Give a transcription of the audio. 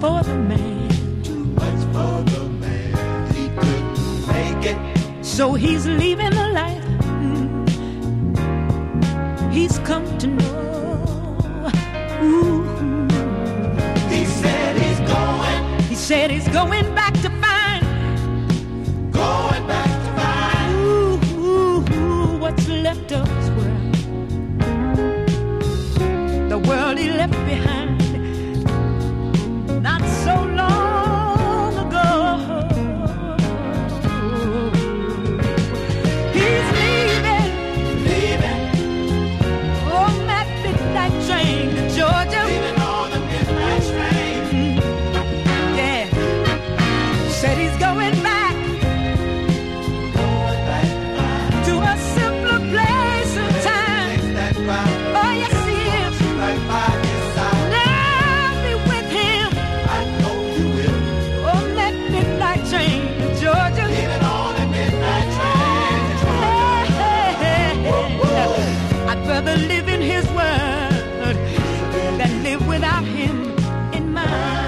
for the man. So he's leaving the life mm, he's come to know. Ooh. He said he's going, He said he's going back to find going back to find ooh, ooh, ooh, what's left of his world. The world he left behind not so long ago. He's leaving, leaving, oh, that midnight train to Georgia. leaving on the midnight train. Yeah. Said he's going back Going back to find to a simpler place and time. things that were Oh, yes, he is. right by his side. Now be with him I know you will. on that Oh, midnight train to Georgia. Leaving on the midnight train. I'd rather live in his world than live without him in mine.